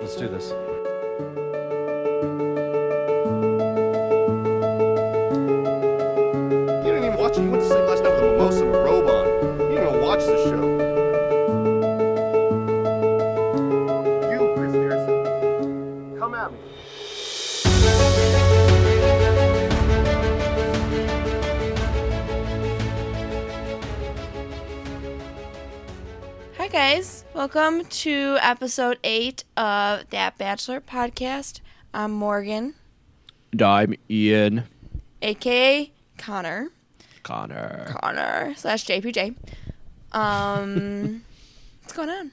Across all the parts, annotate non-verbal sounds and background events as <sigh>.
Let's do this. You didn't even watch it. You went to sleep last night with a mimosa and a robe on. You didn't even watch the show. You, Chris Harrison, come at me. Hi, guys. Welcome to episode eight of That Bachelor podcast. I'm Morgan, And I'm Ian aka Connor, Connor. Connor slash JPJ. Um, <laughs> what's going on?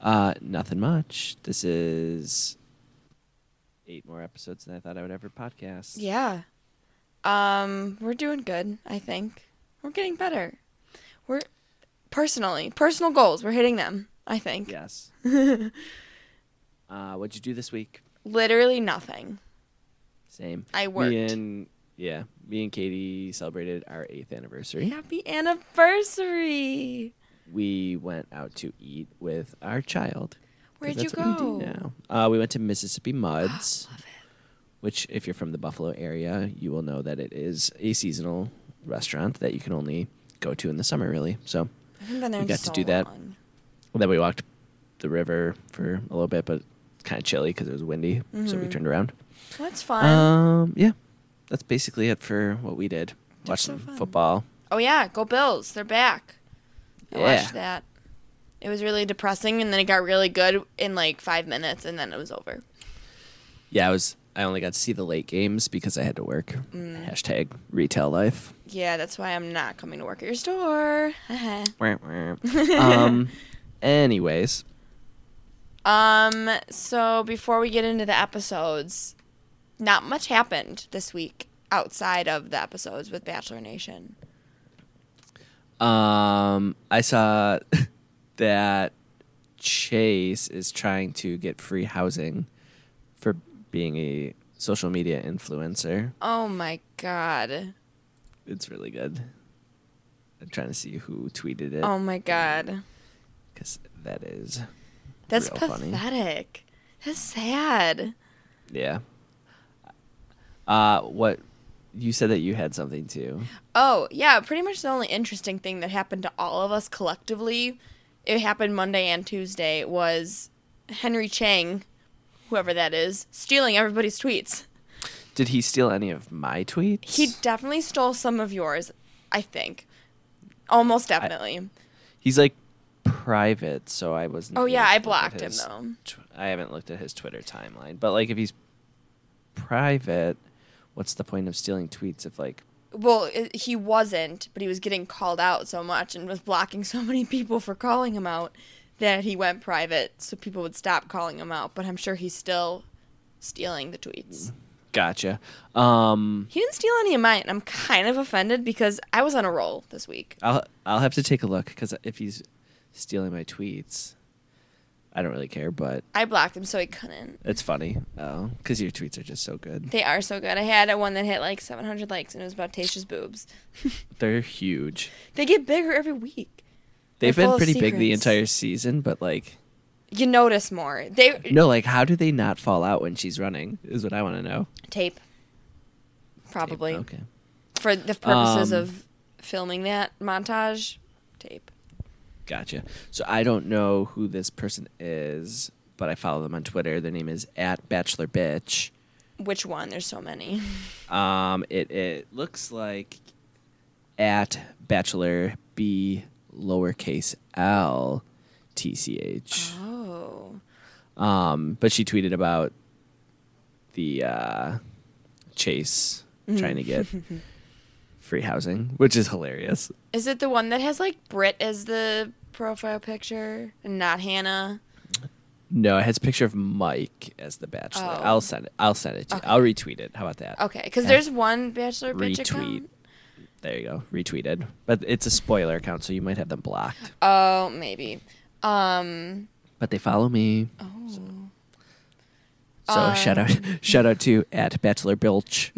Uh, nothing much. This is eight more episodes than I thought I would ever podcast. Yeah. Um, we're doing good, I think. We're getting better. We're personally, personal goals, we're hitting them, I think. <laughs> Yes. uh, what'd you do this week? Literally nothing. Same. I worked. Me and yeah, me and Katie celebrated our eighth anniversary. Happy anniversary. We went out to eat with our child. 'cause Where'd you that's what go? We, do now. Uh, we went <gasps> to Mississippi Muds. Love it. which if you're from the Buffalo area, you will know that it is a seasonal restaurant that you can only go to in the summer really. So I haven't been there We in got to so do that. long. then we walked the river for a little bit, but it's kind of chilly because it was windy, so we turned around. That's Mm-hmm. fun. Um, yeah, that's basically it for what we did. Watched so some fun. football. Oh yeah, go Bills! They're back. I Yeah. watched that. It was really depressing, and then it got really good in like five minutes, and then it was over. Yeah, I was. I only got to see the late games because I had to work. Mm. Hashtag retail life. Yeah, that's why I'm not coming to work at your store. <laughs> Wah, wah. um, anyways, um. So before we get into the episodes, not much happened this week outside of the episodes with Bachelor Nation. Um, I saw <laughs> that Chase is trying to get free housing for being a social media influencer. Oh my god. It's really good. I'm trying to see who tweeted it Oh my god. because that is, That's Real funny. pathetic. That's sad. yeah. Uh, what you said that you had something too. Oh, yeah, pretty much the only interesting thing that happened to all of us collectively, it happened Monday and Tuesday, was Henry Chang, whoever that is, stealing everybody's tweets. Did he steal any of my tweets? He definitely stole some of yours, I think. Almost definitely. He's like private, so I wasn't. oh, yeah, able to I look at blocked him, his- though. tw- I haven't looked at his Twitter timeline, but like if he's private, what's the point of stealing tweets if like Well, i he wasn't, but he was getting called out so much and was blocking <laughs> so many people for calling him out that he went private so people would stop calling him out. But I'm sure he's still stealing the tweets. gotcha. Um He didn't steal any of mine. and I'm kind of offended because I was on a roll this week. I'll I'll have to take a look cuz if he's stealing my tweets, I don't really care, but I blocked him so he couldn't. it's funny. Oh, cuz your tweets are just so good. They are so good. I had one that hit like 700 likes and it was about Tasha's boobs. <laughs> They're huge. They get bigger every week. They've full been of pretty big the secrets. entire season, but like You notice more. They no, like how do they not fall out when she's running? Is what I want to know. tape probably Okay. for the purposes Um, of filming that montage tape. Gotcha. So I don't know who this person is, but I follow them on Twitter. Their name is at Bachelor Bitch. Which one? There's so many. <laughs> Um, it it looks like at Bachelor B lowercase L T C H. Oh. Um, but she tweeted about the uh, Chase trying to get free housing, which is hilarious. Is it the one that has like Brit as the profile picture and not Hannah? No, it has a picture of Mike as the Bachelor. Oh. I'll send it. I'll send it to. Okay. You. I'll retweet it. How about that? Okay, because there's one Bachelor bitch retweet. account. There you go. Retweeted. But it's a spoiler account, so you might have them blocked. Oh, maybe. Um, But they follow me. oh. So Um. shout out <laughs> shout out to at <laughs> Bachelor Bilch.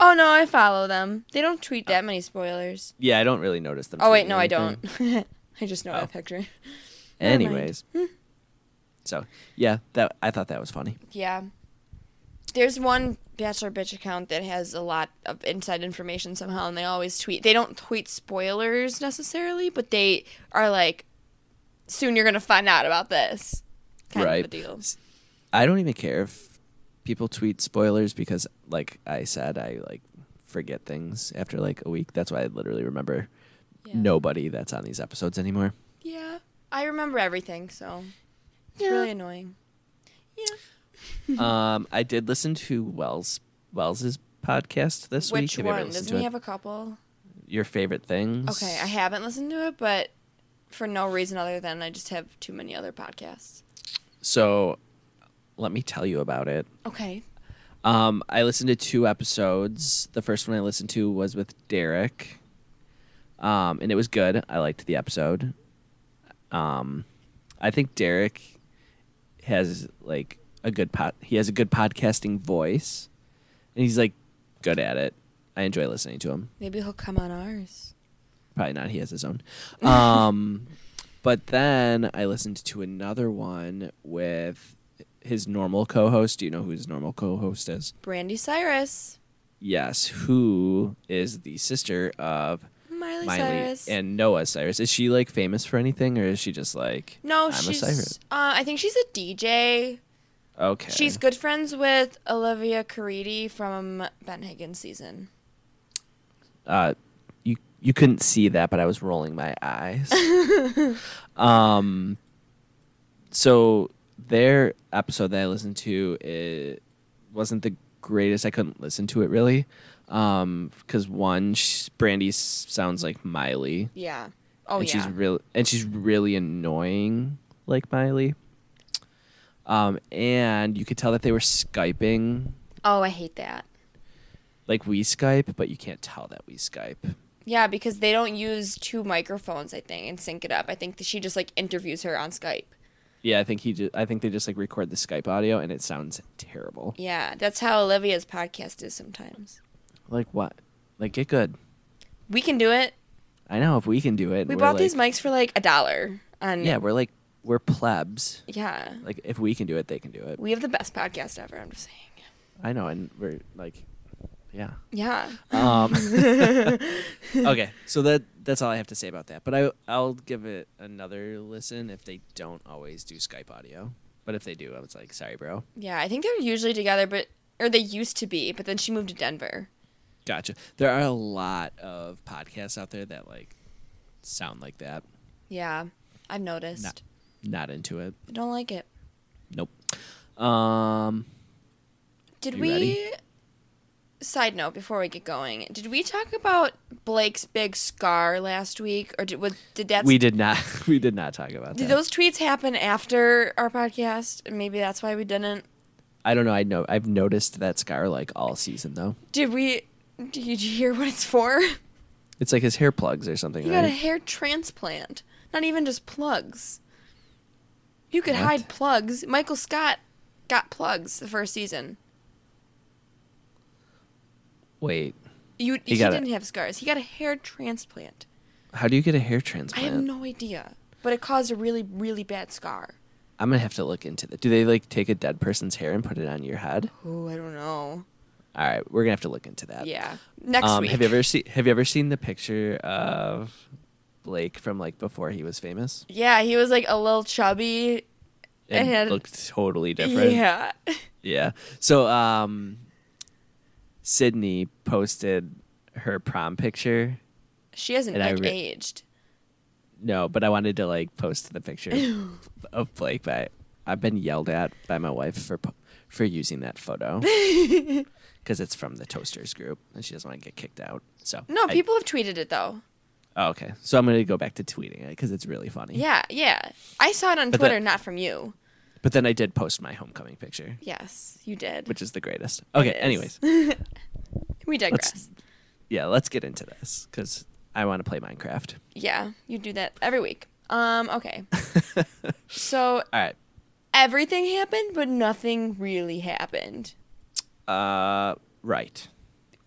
oh no, I follow them. They don't tweet that many spoilers. yeah, I don't really notice them. Oh wait, tweeting no, <laughs> I anything. don't. I just know that picture. mind. Anyways. So yeah, that I thought that was funny. Yeah. There's one Bachelor Bitch account that has a lot of inside information somehow, and they always tweet. They don't tweet spoilers necessarily, but they are like, soon you're going to find out about this. Kind right. of a deal. S- I don't even care if people tweet spoilers because, like I said, I like forget things after like a week. That's why I literally remember Yeah. nobody that's on these <laughs> episodes anymore. Yeah. I remember everything, so it's Yeah. really annoying. Yeah. um, I did listen to Wells Wells's podcast this Which week. Have you ever one? listened Doesn't to he it? have a couple? your favorite things? Okay, I haven't listened to it, but for no reason other than I just have too many other podcasts. So, let me tell you about it. Okay. Um, I listened to two episodes. The first one I listened to was with Derek, um, and it was good. I liked the episode. Um, I think Derek has like a good pot. He has a good podcasting voice, and he's like good at it. I enjoy listening to him. Maybe he'll come on ours. Probably not. He has his own. Um, but then I listened to another one with his normal co-host. Do you know who his normal co-host is? Brandy Cyrus. Yes, who is the sister of Miley, Miley Cyrus. and Noah Cyrus? Is she like famous for anything, or is she just like no, I'm she's. a Cyrus? Uh, I think she's a DJ. Okay, She's good friends with Olivia Caridi from Ben Higgins season. Uh, you you couldn't see that, but I was rolling my eyes. <laughs> um, so their episode that I listened to it wasn't the greatest. I couldn't listen to it really, um, because one, sh- Brandy s- sounds like Miley. Yeah. Oh and yeah. she's real and she's really annoying like Miley. Um and you could tell that they were skyping oh, I hate that. like we Skype, but you can't tell that we Skype. Yeah, because they don't use two microphones, I think, and sync it up. I think that she just like interviews her on Skype. Yeah, I think he ju- I think they just like record the Skype audio and it sounds terrible. Yeah, that's how Olivia's podcast is sometimes. Like what? Like get good. We can do it. I know if we can do it. We we're bought like, these mics for like a dollar. And Yeah, we're like we're plebs. yeah. Like if we can do it, they can do it. We have the best podcast ever, I'm just saying. I know and we're like yeah. Yeah. Um, okay, so that that's all I have to say about that. But I I'll give it another listen if they don't always do Skype audio. But if they do, I was like, sorry, bro. Yeah, I think they're usually together, but or they used to be, but then she moved to Denver. Gotcha. There are a lot of podcasts out there that like sound like that. Yeah, I've noticed. Not not into it. I don't like it. Nope. Um. Did You we? ready? Side note before we get going, did we talk about Blake's big scar last week, or did was, did that? We did not. <laughs> We did not talk about Did that. those tweets happen after our podcast? And Maybe that's why we didn't. I don't know. I know. I've noticed that scar like all season though. Did we? Did you hear what it's for? It's like his hair plugs or something, He got a right? hair transplant. Not even just plugs. You could What? hide plugs. Michael Scott got plugs the first season. Wait. You he, He got a- didn't have scars. He got a hair transplant. How do you get a hair I transplant? have no idea, but it caused a really really bad scar. I'm gonna have to look into that. Do they like take a dead person's hair and put it on your head? Oh, I don't know. All right, we're gonna have to look into that. Yeah, next Um, week. have you ever seen Have you ever seen the picture of Blake from like before he was famous? Yeah, he was like a little chubby. I It had- looked totally <laughs> different. Yeah. Yeah. So, um, Sydney posted her prom picture. She hasn't And I like, re- aged. No, but I wanted to like post <laughs> the picture of Blake. But I've been yelled at by my wife for po- for using <laughs> that photo because it's from the Toasters group, and she doesn't want to get kicked out. So No, I- people have tweeted it though. Oh, okay, so I'm gonna go back to tweeting it because it's really funny. Yeah, yeah. I saw it on Mm-hmm. But that- Twitter, not from you. But then I did post my homecoming picture, Yes, you did. which is the greatest. Okay. is. Anyways, <laughs> we digress. yeah, let's get into this because I want to play Minecraft. <laughs> Yeah, you do that every week. Um, okay. so All right. everything happened, but nothing really happened. Uh, right.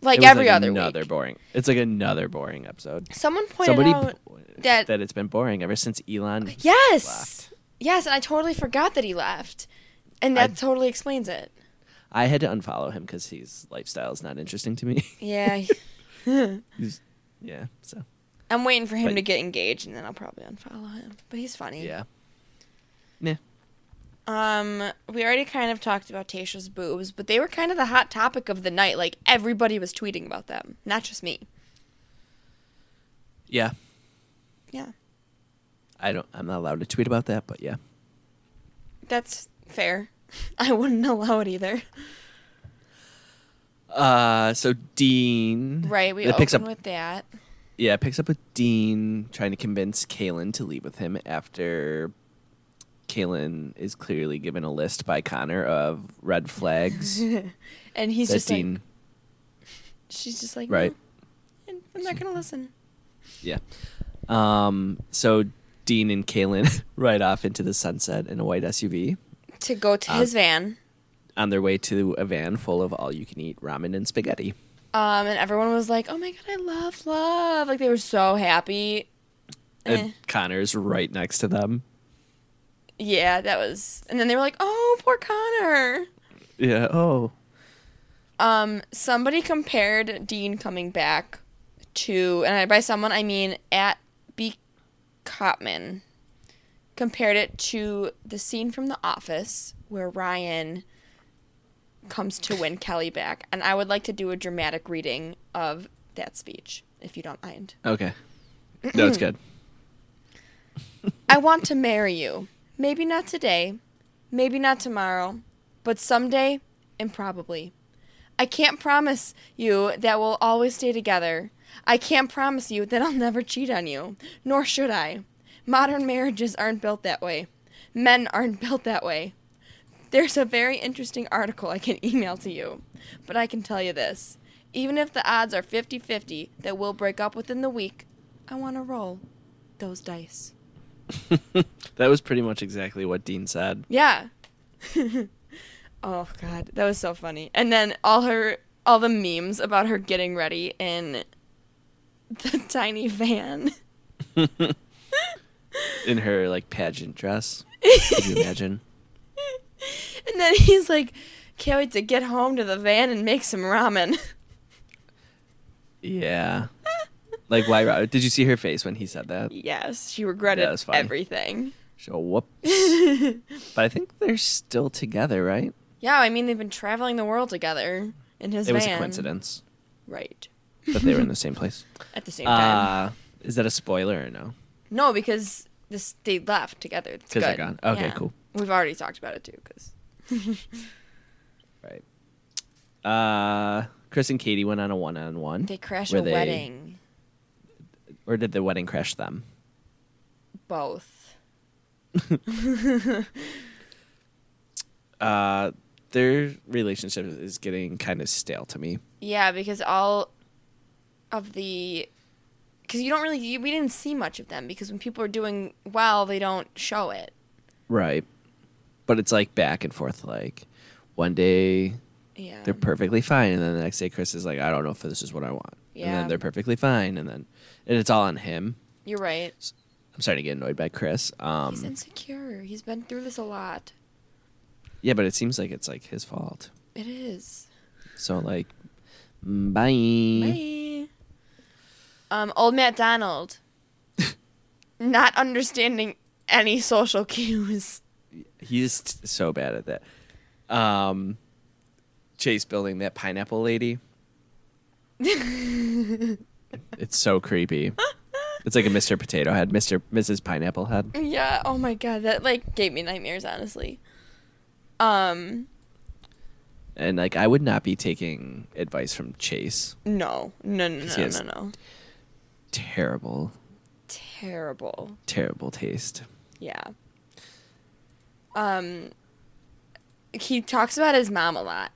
Like It was every other another week. boring. It's like another boring episode. Someone pointed Somebody out po- that- Uh, that it's been boring ever since Elon. Yes. Yes, and I totally forgot that he left, and that I- totally explains it. I had to unfollow him because his lifestyle is not interesting to me. <laughs> Yeah, <laughs> He's- yeah. So I'm waiting for him But- to get engaged, and then I'll probably unfollow him. But he's funny. yeah. Nah. Um, we already kind of talked about Tasha's boobs, but they were kind of the hot topic of the night. Like everybody was tweeting about them, not just me. Yeah. Yeah, I don't. I'm not allowed to tweet about that, but yeah. that's fair. <laughs> I wouldn't allow it <laughs> either. Uh, so Dean. Right, we it open picks up. with <laughs> that. yeah, it picks up with Dean trying to convince Kalen to leave with him after Kalen is clearly given a list by Connor of red <laughs> flags And he's that just Dean. like, she's just like, Right. "No, I'm not gonna listen. Yeah. Um. So Dean and Kalen <laughs> ride off into the sunset in a white SUV To go to Um, his van. on their way to a van full of all-you-can-eat ramen and spaghetti. Um, and everyone was like, "Oh my god, I love love!" Like they were so happy. Eh. And Connor's right next to them. Yeah, that was. And then they were like, "Oh, poor Connor." Yeah. Oh. Um, somebody compared Dean coming back to, and I, by someone I mean at B. Copman, compared it to the scene from The Office where Ryan comes to win Kelly back, and I would like to do a dramatic reading of that speech, if you don't mind. Okay. No, <clears throat> it's good. I want to marry you. Maybe not today, maybe not tomorrow, but someday and probably. I can't promise you that we'll always stay together. I can't promise you that I'll never cheat on you, nor should I. Modern marriages aren't built that way. Men aren't <laughs> built that way. There's a very interesting article I can <laughs> email to you, but I can tell you this. Even if the odds are 50 50 that we'll break up within the week, I want to roll those dice. That was pretty much exactly what Dean <laughs> said. Yeah. oh god, that was so funny. And then all her all the memes about her getting ready in the <laughs> tiny van. in her like pageant dress. Could you imagine? <laughs> And then he's like, "Can't wait to get home to the van and make some ramen." Yeah. Like why? Rob- Did you see her face when he said <laughs> that? yes, she regretted Yeah, that's funny. everything. <laughs> So whoops. but I think they're still together, right? Yeah, I mean they've been traveling the world together in his It van. was a coincidence, Right. but they were in the same place. At the <laughs> same time. Uh, is that a spoiler or no? No, because this they left together. It's 'Cause they're good. gone. Okay, cool. We've already talked about it too <laughs> cuz Right. Uh, Chris and Katie went on a one-on-one. They crash where a they- wedding. or did the wedding crash them? Both. Uh, their relationship is getting kind of stale to me. Yeah, because all of the because you don't really you, we didn't see much of them because when people are doing well, they don't show it. Right. But it's like back and forth. Like one day Yeah. they're perfectly fine, and then the next day Chris is like, I don't know if this is what I want. And Yeah. then they're perfectly fine, and then and it's all on him. You're right. I'm starting to get annoyed by Chris. He's Um, insecure. He's been through this a lot. yeah, but it seems like it's like his fault. It is. So like, mm, bye. Bye. Um, old Matt <laughs> Donald, not understanding any social cues. He's t- so bad at that. Um, Chase building that <laughs> pineapple lady. it's so creepy. It's like a Mr. Potato Head, Mr. Mrs. Pineapple Head. Yeah. Oh my god, that like gave me nightmares. Honestly. Um. And like, I would not be taking advice from Chase. No. No. No. 'Cause he No. has- No. No. Terrible, Terrible. terrible taste. Yeah. Um he talks about his mom a lot.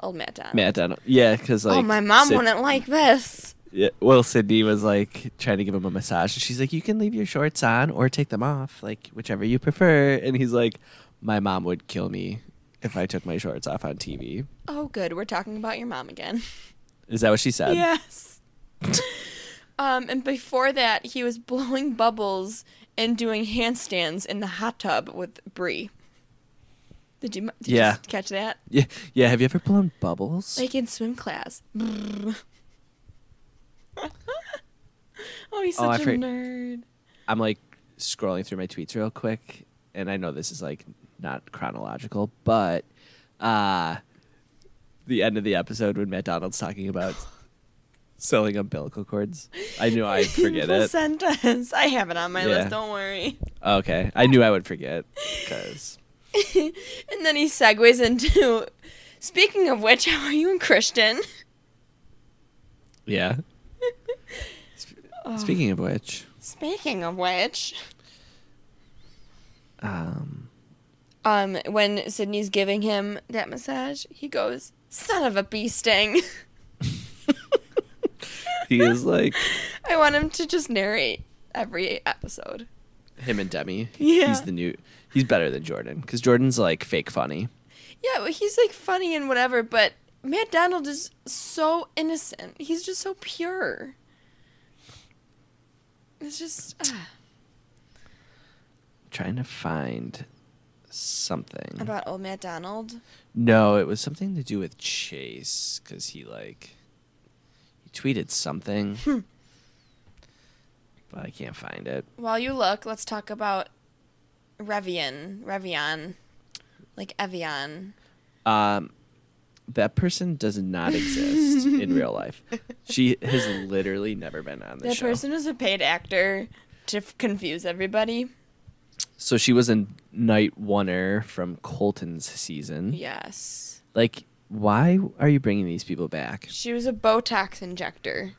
Old Matt Donald. Matt Donald. Yeah, because like. oh, my mom Sid- wouldn't like this. Yeah, well, Sydney was like trying to give him a massage, and she's like, "You can leave your shorts on or take them off, like whichever you prefer." And he's like, "My mom would kill me if I took my shorts off on TV." Oh good, we're talking about your mom again. Is that what <laughs> she said? yes. um and before that, he was blowing bubbles and doing handstands in the hot tub with Bree. Did you, did you Yeah. just catch that? Yeah, yeah. Have you ever blown bubbles? Like in swim class. <laughs> Brrr. oh, he's Oh, I such a forget- nerd. I'm like scrolling through my tweets real quick, and I know this is like not chronological, but uh the end of the episode when Matt Donald's talking about selling umbilical cords. I knew I'd forget People it. sent us. I have it on my Yeah. list. Don't worry. <laughs> Okay, I knew I would forget because And then he segues into, speaking of which, <laughs> how are you and Christian? yeah. <laughs> Speaking of which, Speaking of which, um, um, when Sydney's giving him that massage, he goes, "Son of a bee sting." <laughs> he is like <laughs> I want him to just narrate every episode. him and Demi. Yeah. he's the new. He's better than Jordan because Jordan's like fake funny. Yeah, well, he's like funny and whatever, but Matt Donald is so innocent. He's just so pure. It's just ah, trying to find something. about old Matt Donald. No, it was something to do with Chase because he like he tweeted something, but I can't find it. While you look, let's talk about Revian, Revian, like Evian. Um, that person does not exist in <laughs> real life. She has literally never been on the That show. person was a paid actor to f- confuse everybody. So she was a night oneer from Colton's season. Yes, Like, why are you bringing these people back? she was a Botox injector.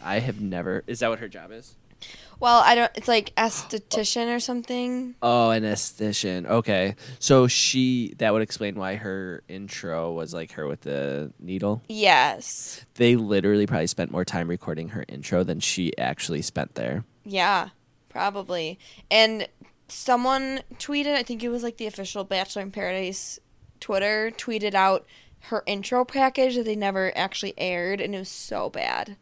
I have never. Is that what her job is? Well, I don't. It's like esthetician or something. Oh, an esthetician. Okay. So she that would explain why her intro was like her with the needle. Yes. They literally probably spent more time recording her intro than she actually spent there. Yeah, probably. And someone tweeted, I think it was like the official Bachelor in Paradise Twitter, tweeted out her intro package that they never actually aired, and it was so bad.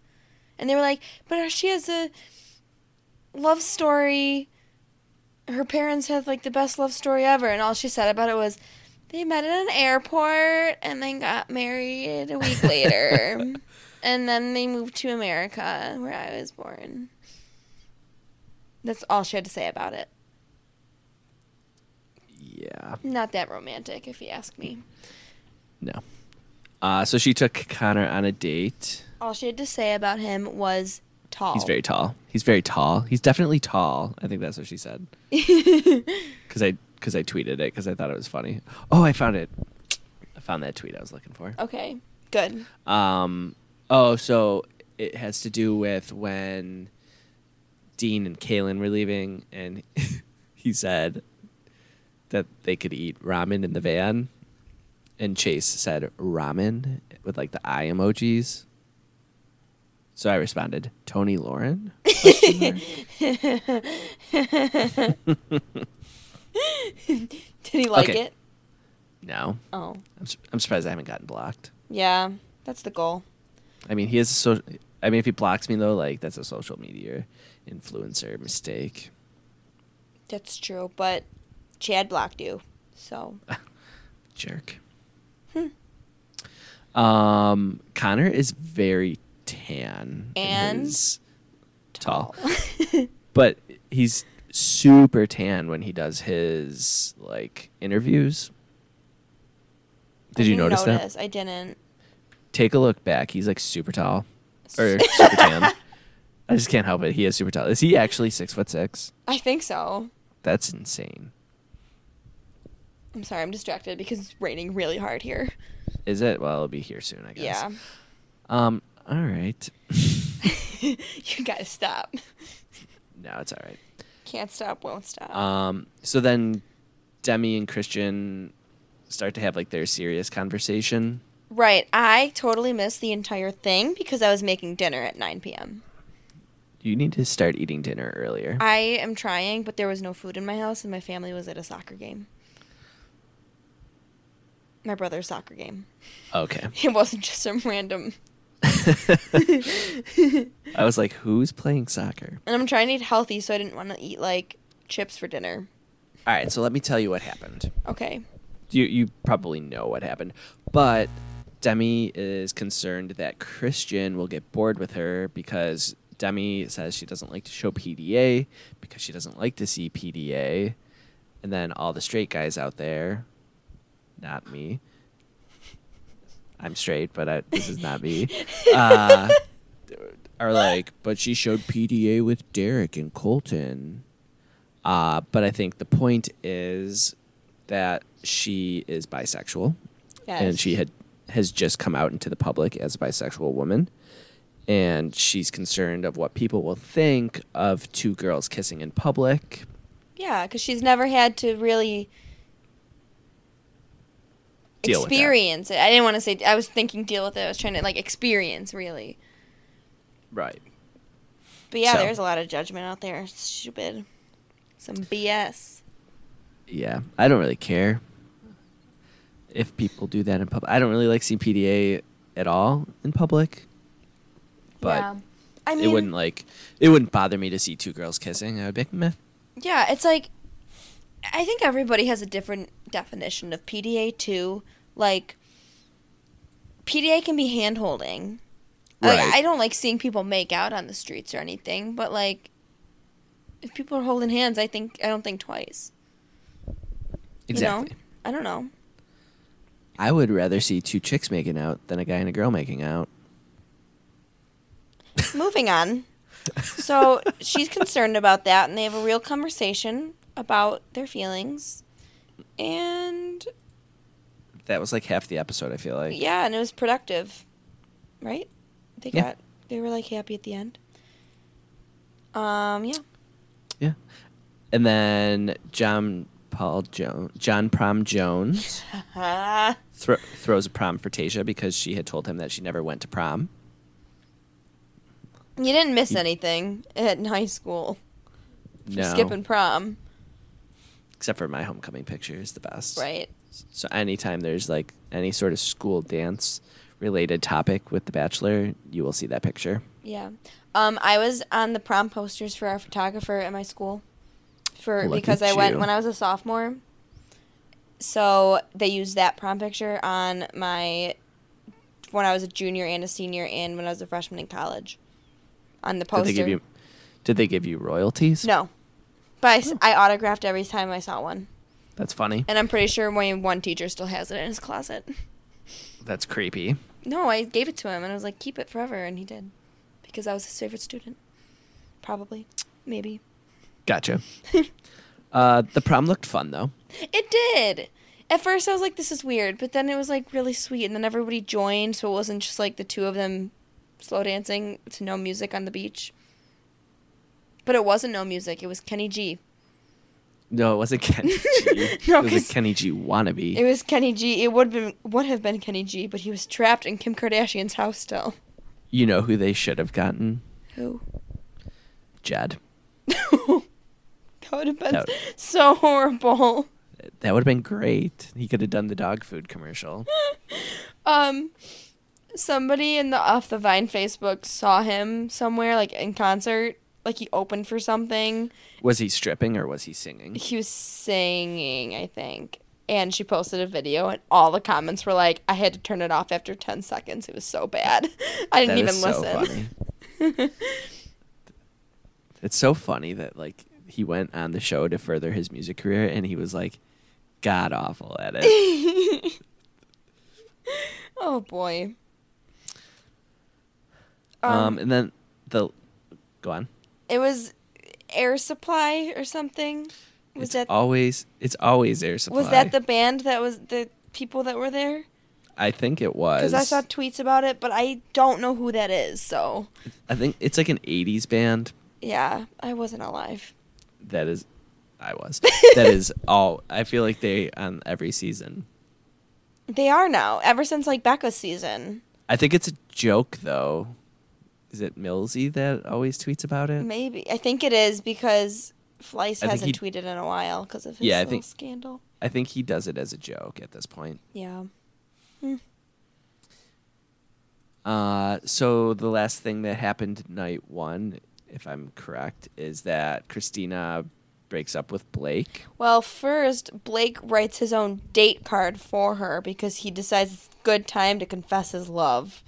And they were like, but she has a love story. Her parents have like the best love story ever, and all she said about it was, they met at an airport and then got married a week later. and then they moved to America, where I was born. That's all she had to say about it. Yeah. Not that romantic, if you ask me. No. Uh, so she took Connor on a date. All she had to say about him was tall. He's very tall. He's very tall. He's definitely tall. I think that's what she said. Cuz I cuz I tweeted it cuz I thought it was funny. Oh, I found it. I found that tweet I was looking for. okay. Good. <laughs> Um, oh, so it has to do with when Dean and Kaylin were leaving, and <laughs> he said that they could eat ramen in the van, and Chase said ramen with like the eye emojis. So I responded, Tony Lauren. <laughs> Question mark. Did he like Okay. it? no, Oh, I'm, su- I'm surprised I haven't gotten blocked. yeah. That's the goal. I mean, he is so. I mean, if he blocks me though, like that's a social media influencer mistake. That's true. But Chad blocked you, <laughs> so jerk. Um, Connor is very tan in And his- tall, but he's super tan when he does his like interviews. Did I you didn't notice, that? I didn't. that? Take a look back. He's like super tall <laughs> or super tan. I just can't help it. He is super tall. Is he actually six foot six? I think so. That's insane. I'm sorry. I'm distracted because it's raining really hard here. Is it? Well, it'll be here soon, I guess. Yeah. <laughs> Um. All right. <laughs> You gotta stop. No, it's all right. Can't stop. Won't stop. Um, so then Demi and Christian start to have like their serious conversation. Right. I totally missed the entire thing because I was making dinner at 9 p.m. You need to start eating dinner earlier. I am trying, but there was no food in my house, and my family was at a soccer game. My brother's soccer game. <laughs> Okay. <laughs> It wasn't just some random I was like, who's playing soccer? And I'm trying to eat healthy, so I didn't want to eat like chips for dinner. All right, so let me tell you what happened. Okay. You you probably know what happened, but Demi is concerned that Christian will get bored with her because Demi says she doesn't like to show PDA because she doesn't like to see PDA, and then all the straight guys out there, not me. I'm straight, but I, this is not me. Uh, are like, but she showed PDA with Derek and Colton. Uh, but I think the point is that she is bisexual, Yes. and she had has just come out into the public as a bisexual woman, and she's concerned of what people will think of two girls kissing in public. Yeah, because she's never had to really Deal with that. experience it. I didn't want to say. I was thinking deal with it. I was trying to like experience really. Right. But yeah, So- there's a lot of judgment out there. Stupid. Some BS. Yeah, I don't really care if people do that in public. I don't really like seeing PDA at all in public, but. I mean, it wouldn't like it wouldn't bother me to see two girls kissing. I would be like, meh. Yeah, it's like I think everybody has a different definition of PDA too. Like PDA can be hand holding. Like, Right. I don't like seeing people make out on the streets or anything, but like if people are holding hands, I think I don't think twice. Exactly. You know? I don't know. I would rather see two chicks making out than a guy and a girl making out. Moving on. <laughs> So <laughs> she's concerned about that, and they have a real conversation about their feelings. And That was like half the episode. I feel like. yeah, and it was productive, right? They Yeah. got they were like happy at the end. Um, yeah, Yeah. And then John Paul Jones, John <laughs> Prom Jones, <laughs> thro- throws a prom for Tasha because she had told him that she never went to prom. you didn't miss anything at <laughs> in high school. for No, skipping prom, except for my homecoming picture is the best. right? So anytime there's like any sort of school dance related topic with The Bachelor, you will see that picture. Yeah. Um, I was on the prom posters for our photographer at my school, for Look because at I went you. when I was a sophomore. So they used that prom picture on my when I was a junior and a senior, and when I was a freshman in college, on the poster. Did they give you? Did they give you royalties? No. But I s- I, autographed every time I saw one. That's funny. And I'm pretty sure my one teacher still has it in his closet. <laughs> That's creepy. No, I gave it to him and I was like, keep it forever. And he did. Because I was his favorite student. Probably. Maybe. <laughs> Gotcha. uh, the prom looked fun though. It did! At first I was like, this is weird. But then it was like really sweet. And then everybody joined. So it wasn't just like the two of them slow dancing to no music on the beach. But it wasn't no music. It was Kenny G. No, it wasn't <laughs> Kenny G. <laughs> No, it was 'cause- a Kenny G wannabe. It was Kenny G. It would have been would have been Kenny G, but he was trapped in Kim Kardashian's house still. you know who they should have gotten? Who? Jed. <laughs> That would have been That- so horrible. That would have been great. He could have done the dog <gasps> food commercial. Um, somebody in the off the Vine Facebook saw him somewhere, like in concert, like he opened for something. Was he stripping or was he singing? He was singing, I think, and she posted a video, and all the comments were like, "I had to turn it off after ten seconds. It was so bad. <laughs> I That didn't is even so listen." funny. <laughs> it's so funny that like he went on the show to further his music career and he was like god awful at it. <laughs> Oh boy. um and then the go on. It was Air Supply or something. Was it's that always it's always air supply. was that the band that was the people that were there? I think it was. Because I saw tweets about it, but I don't know who that is. So I think it's like an '80s band yeah, I wasn't alive. that is. <laughs> I was. That is all. I feel like they on every season. They are now. Ever since like Becca's season, I think it's a joke though. Is it Millsy that always tweets about it? maybe I think it is because Fleiss I think hasn't he- tweeted in a while because of his Yeah, I little think- scandal. I think he does it as a joke at this point. Yeah. Uh, so the last thing that happened night one, if I'm correct, is that Christina breaks up with Blake. Well, first, Blake writes his own date card for her because he decides it's a good time to confess his love.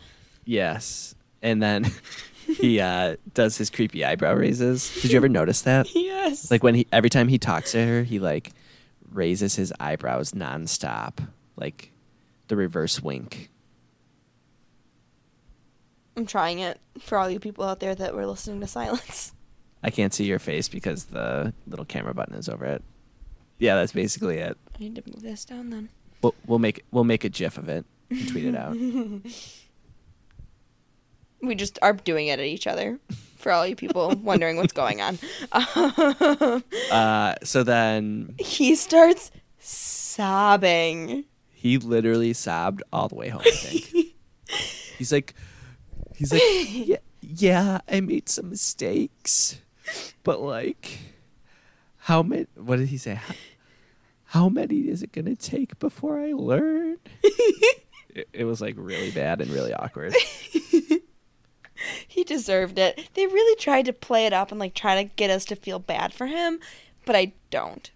Yes, and then <laughs> he uh, does his creepy eyebrow raises. Did you ever notice that? <laughs> Yes. Like when he every time he talks to her, he like raises his eyebrows nonstop, like the reverse wink. I'm trying it for all you people out there that were listening to silence. I can't see your face because the little camera button is over it. Yeah, that's basically it. I need to move this down then. We'll, we'll make we'll make a GIF of it and tweet it out. We just are doing it at each other <laughs> for all you <laughs> people wondering what's going on. Uh, so then <laughs> he starts sobbing. he literally sobbed all the way home. I <laughs> think he's like, he's like, yeah, yeah, I made some mistakes, but like, how many? What did he say? How, how many is it gonna take before I learn? <laughs> it, it was like really bad and <laughs> really awkward. He deserved it. They really tried to play it up and like try to get us to feel bad for him, but I don't.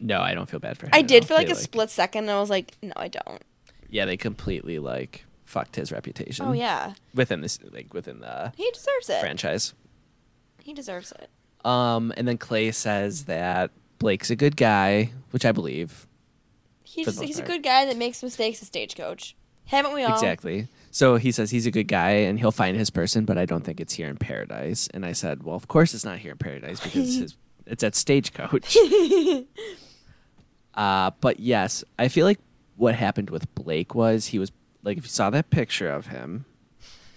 No, I don't feel bad for him. I at did all. for like They, a split second and I was like, no, I don't. Yeah, they completely like fucked his reputation. Oh yeah. within this like within the He deserves it. franchise. He deserves it. Um, and then Clay says that Blake's a good guy, which I believe. He For the just, most he's part. a good guy that makes mistakes as stagecoach. Haven't we all? Exactly. So he says he's a good guy and he'll find his person, but I don't think it's here in paradise. And I said, well, of course it's not here in paradise <laughs> because his, it's at Stagecoach. uh, but yes, I feel like what happened with Blake was he was like, if you saw that picture of him,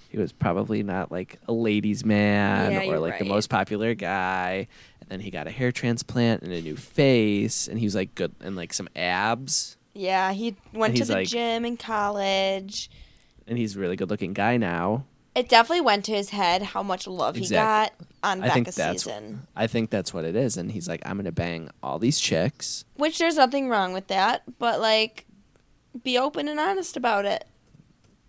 he was probably not like a ladies' man Yeah, or you're like the right. most popular guy. And then he got a hair transplant and a new face, and he was like good and like some abs. Yeah, he And went to he's the like- gym in college. And he's a really good looking guy now. It definitely went to his head how much love he Exactly. got on I think Becca that's- season. I think that's what it is. And he's like, I'm going to bang all these chicks. Which there's nothing wrong with that, but like be open and honest about it.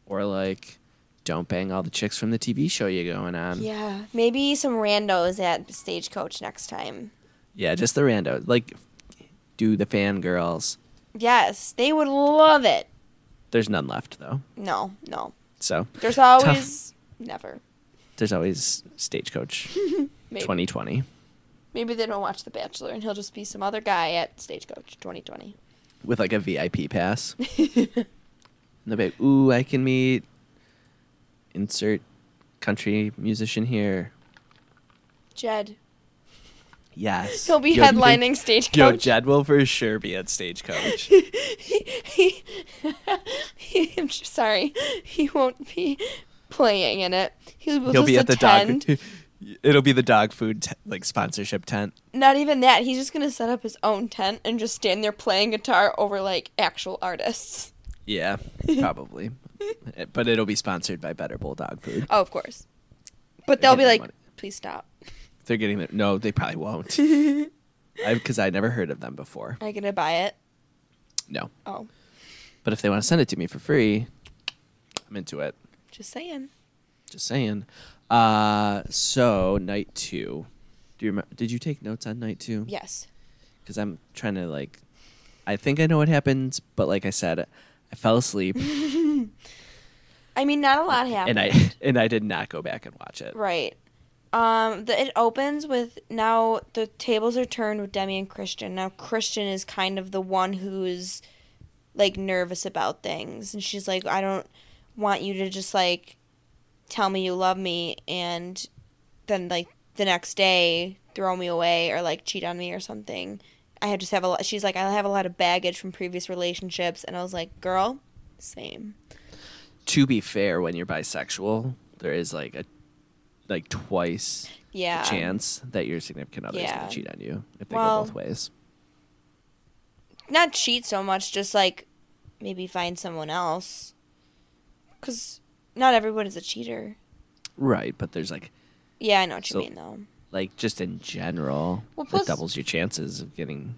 Or like, don't bang all the chicks from the TV show you're going on. Yeah, Yeah. Maybe some randos at stagecoach next time. just the rando. Like, do the fangirls. Yes, they would love it. There's none left, though. No, no. So There's always never. there's always Stagecoach <laughs> Maybe. 2020, Maybe they don't watch The Bachelor and he'll just be some other guy at Stagecoach <laughs> 2020. with like a <laughs> VIP pass. and they'll be like, ooh, I can meet insert country musician here. Jed. Yes. He'll be Yo, you think- headlining Yo, Stagecoach. Jed will for sure be at Stagecoach. <laughs> he, he, <laughs> I'm sh- sorry. He won't be playing in it. He <laughs> will He'll just be at the attend. dog. <laughs> It'll be the dog food t- like sponsorship tent. Not even that. He's just going to set up his own tent and just stand there playing guitar over like actual <laughs> artists. <laughs> Yeah, probably. It- but it'll be sponsored by Better Bulldog Food. Oh, of course. But they'll be getting like, money. please stop. They're getting their no. They <laughs> probably won't. Because I, never heard of them before. Are you going to buy it? No, Oh, but if they want to send it to me for free, I'm into it. just saying. Just saying. Uh, so night two. Do you remember? Did you take notes on night two? Yes. because I'm trying to like. I think I know what happens, but like I said, I fell asleep I mean, not a lot happened. and I <laughs> and I did not go back and watch it. Right. Um, the, it opens with now the tables are turned with Demi and Christian. Now Christian is kind of the one who's like nervous about things, and she's like, "I don't want you to just like tell me you love me, and then like the next day throw me away or like cheat on me or something." I have just have a lot. She's like, "I have a lot of baggage from previous relationships," and I was like, "Girl, same." To be fair, when you're bisexual, there is like a like twice Yeah. the chance that your significant other is Yeah. going to cheat on you if they Well- go both ways. not cheat so much, just like maybe find someone else. Cause not everyone is a cheater. Right, but there's like Yeah, I know what you So- mean though. like just in general, Well, it plus- doubles your chances of getting.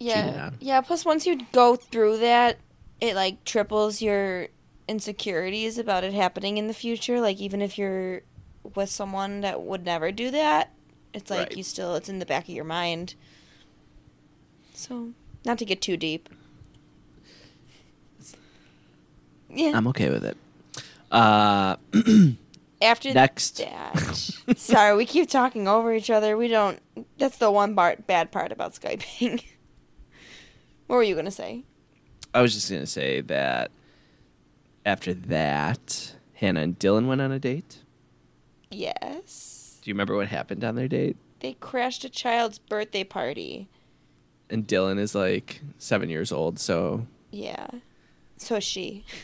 Yeah, on. yeah. Plus, once you go through that, it like triples your insecurities about it happening in the future. Like even if you're with someone that would never do that, it's like Right. you still it's in the back of your mind. So not to get too deep. Yeah. I'm okay with it. <laughs> Uh, After Next. that, sorry, we keep talking over each other. We don't. That's the one part bad part about skyping. <laughs> what were you gonna say? <laughs> I was just gonna say that after that, Hannah and Dylan went on a date. Yes, Do you remember what happened on their date? they crashed a child's birthday party. And Dylan is like seven years old, so Yeah. So is she. <laughs>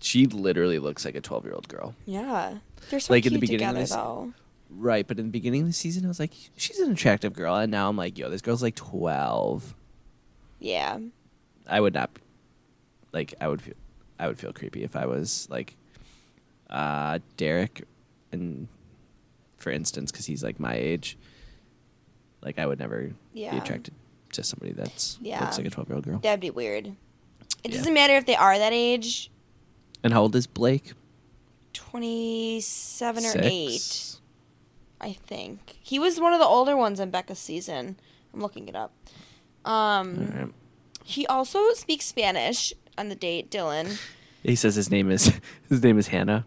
she literally looks like a twelve-year-old girl. Yeah. They're so Like, in cute the beginning of together this- though. Right, but in the beginning of the season, I was like, she's an attractive girl, and now I'm like, yo, this girl's like twelve. Yeah. I would not, like, I would feel, I would feel creepy if I was like, uh, Derek, and for instance, because he's like my age. Like, I would never Yeah. be attracted to somebody that's Yeah. looks like a twelve-year-old girl. That'd be weird. It Yeah. doesn't matter if they are that age, And how old is Blake? twenty seven or Six? eight. I think. He was one of the older ones in Becca's season. I'm looking it up. Um, All right. He also speaks Spanish on the date, Dylan. He says his name is <laughs> his name is Hannah.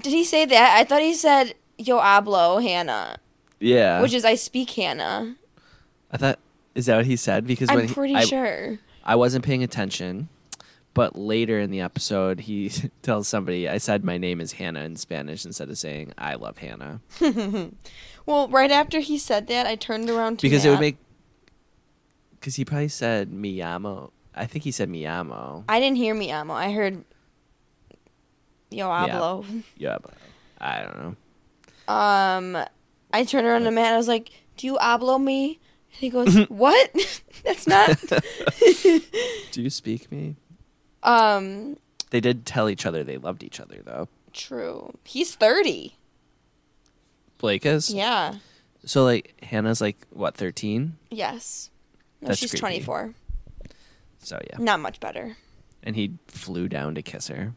Did he say that? I thought he said, Yo hablo, Hannah, Yeah, which is I speak Hannah. I thought is that what he said because when I'm he- pretty I- sure. I wasn't paying attention, but later in the episode, he <laughs> tells somebody, I said my name is Hannah in Spanish instead of saying I love Hannah. Well, right after he said that, I turned around to Because it would Matt. make. Because he probably said Miyamo. I think he said Miyamo. I didn't hear me, Amo. I heard Yo hablo. Yeah, but I don't know. Um, I turned around to Matt. I was like, "Do you hablo me?" And he goes, <laughs> "What? <laughs> That's not." Do you speak me? um, They did tell each other they loved each other, though. true. He's thirty. Blake is? Yeah. So, like, Hannah's like, what, 13? Yes. No, That's she's creepy. twenty four. So, yeah. Not much better. And he flew down to kiss her.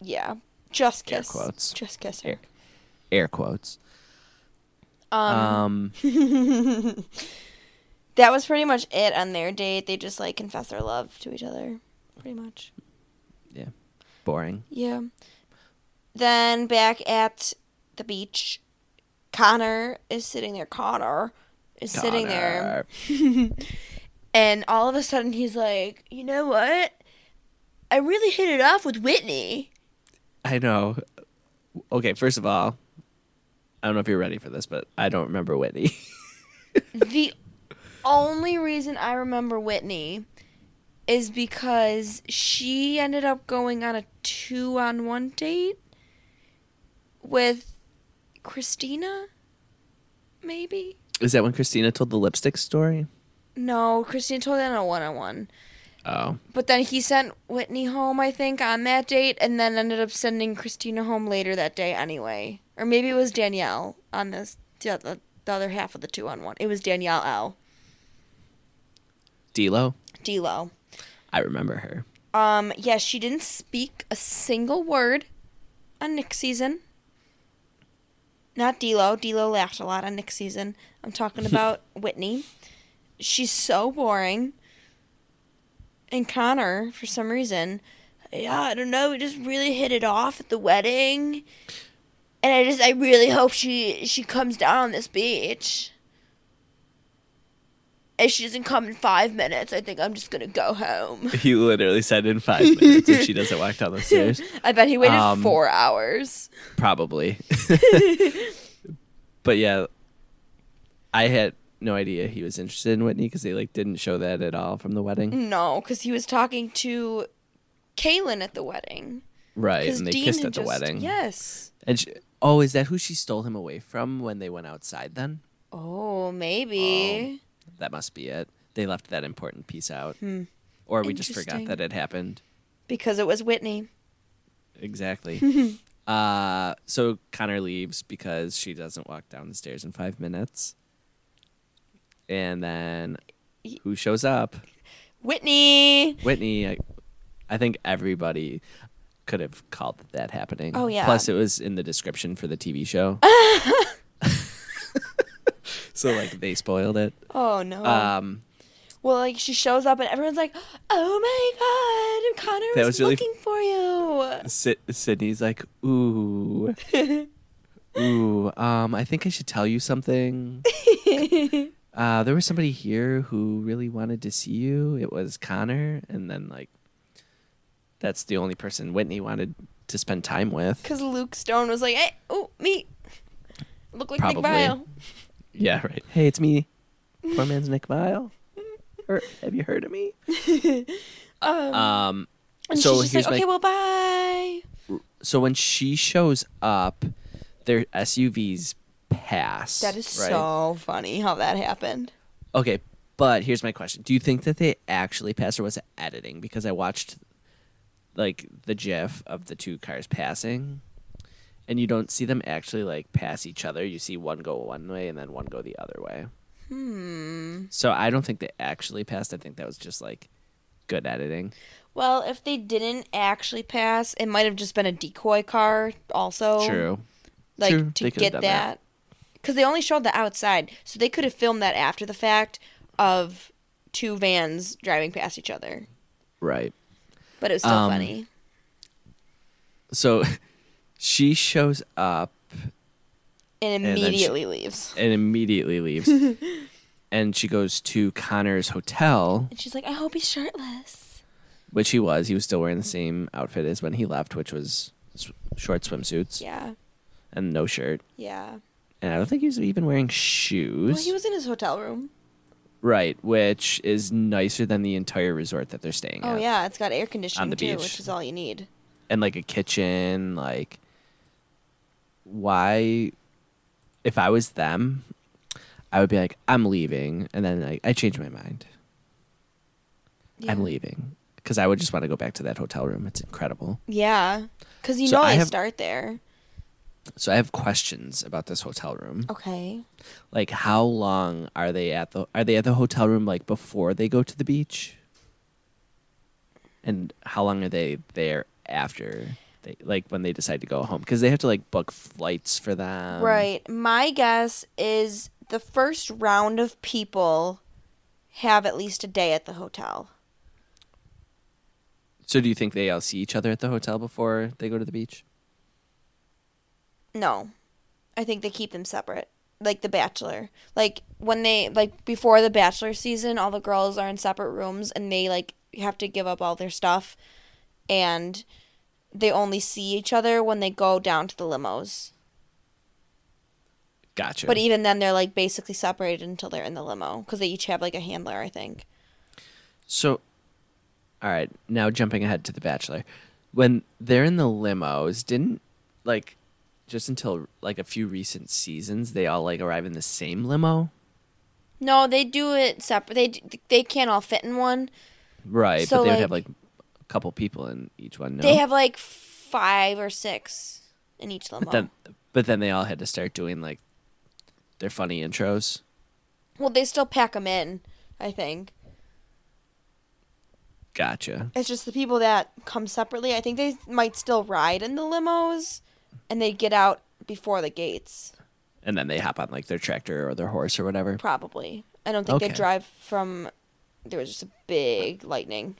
Yeah. Just Air kiss. quotes. Just kiss her. Air- Air quotes. <laughs> um That was pretty much it on their date. They just like confessed their love to each other. Pretty much. boring. Yeah. Then back at the beach, Connor is sitting there. Connor is sitting there. Connor. And all of a sudden he's like, you know what? I really hit it off with Whitney. I know. Okay, first of all, I don't know if you're ready for this, but I don't remember Whitney. <laughs> the only reason I remember Whitney is because she ended up going on a two on one date with Christina, maybe? Is that when Christina told the lipstick story? No, Christina told that on a one on one. Oh, But then he sent Whitney home, I think, on that date, and then ended up sending Christina home later that day anyway. Or maybe it was Danielle on this the other, the other half of the two on one. It was Danielle L. D'Lo. D Lo. I remember her. Um, yeah, she didn't speak a single word on Nick season. Not D'Lo. D'Lo laughed a lot on Nick season. I'm talking about Whitney. She's so boring. And Connor, for some reason, yeah, I don't know. We just really hit it off at the wedding, and I just, I really hope she she comes down on this beach. If she doesn't come in five minutes, I think I'm just gonna go home. <laughs> He literally said in five minutes if she doesn't walk <laughs> down the stairs. <laughs> I bet he waited Um, four hours. Probably. <laughs> but yeah, I had no idea he was interested in Whitney because they like didn't show that at all from the wedding. No, because he was talking to Kaylin at the wedding. Right, 'Cause and they Dean kissed had at the just- wedding. Yes. And she, oh, is that who she stole him away from when they went outside? Then Oh, Um, maybe. That must be it. They left that important piece out. Or we just forgot Hmm. Interesting. that it happened. Because it was Whitney. <laughs> Exactly. uh, so Connor leaves because she doesn't walk down the stairs in five minutes. And then who shows up? Whitney! Whitney. I, I think everybody could have called that happening. Oh, yeah. Plus, it was in the description for the <laughs> TV show. <laughs> so like they spoiled it. Oh no. Um, well, like she shows up and everyone's like, "Oh my god, Connor That was, was really- looking for <laughs> you." Sid- Sydney's like, <laughs> ooh, ooh. Um, I think I should tell <laughs> you something. uh, there was somebody here who really wanted to see you. It was Connor, and then like, that's the only person Whitney wanted to spend time with. Because Luke Stone was like, "Hey, oh me, look like Nick Probably. Vile." <laughs> Yeah, right. Hey, it's <laughs> me, poor man's Nick Vile. Or, have you heard of me? <laughs> Um, Um, and so she's just here's like, my "Okay, well, bye." so when she shows up, their SUVs pass. That is right? so funny how that happened. Okay, but here's my question: Do you think that they actually passed, or was it editing? Because I watched like the GIF of the two cars passing, and you don't see them actually like pass each other. You see one go one way and then one go the other way. Hmm. So I don't think they actually passed. I think that was just like good editing. Well, if they didn't actually pass, it might have just been a decoy car, also. True. Like True, to they could've get done that. that. Because they only showed the outside. So they could have filmed that after the fact of two vans driving past each other. Right. But it was still Um, funny. So <laughs> she shows up And then she- immediately leaves. and immediately leaves. and she goes to Connor's hotel. And she's like, I hope he's shirtless. which he was. He was still wearing the same outfit as when he left, which was s- short swimsuits Yeah. and no shirt. Yeah. And I don't think he was even wearing Well, shoes. he was in his hotel room. right, which is nicer than the entire resort that they're staying at. Oh, yeah. It's got air conditioning, the too, beach. which is all you need. And like a kitchen, like why if I was them, I would be like, I'm leaving and then like I changed my mind. I'm Yeah. leaving. Because I would just want to go back to that hotel room. It's incredible. Yeah. Because you So know I I have- start there. So I have questions about this hotel room. Okay. like how long are they at the are they at the hotel room like before they go to the beach and how long are they there after they like when they decide to go home because they have to like book flights for them Right. My guess is the first round of people have at least a day at the hotel. so do you think they all see each other at the hotel before they go to the beach No. I think they keep them separate. Like the bachelor. Like when they like before the bachelor season, all the girls are in separate rooms and they like have to give up all their stuff and they only see each other when they go down to the limos. gotcha But e even then they're like basically separated until they're in the limo cuz they each have like a handler, I think. so all right now jumping ahead to the bachelor when they're in the limos didn't like just until like a few recent seasons they all like arrive in the same limo No, they do it separate. They d- they can't all fit in one. Right, but So, they would have like- like a couple people in each one. No? They have like five or six in each limo. but then, but then they all had to start doing like their funny intros. well, they still pack them in. I think Gotcha. it's just the people that come separately. I think they might still ride in the limos, and they get out before the gates. And then they hop on like their tractor or their horse or whatever. Probably. I don't think Okay. they drive from. There was just a big lightning,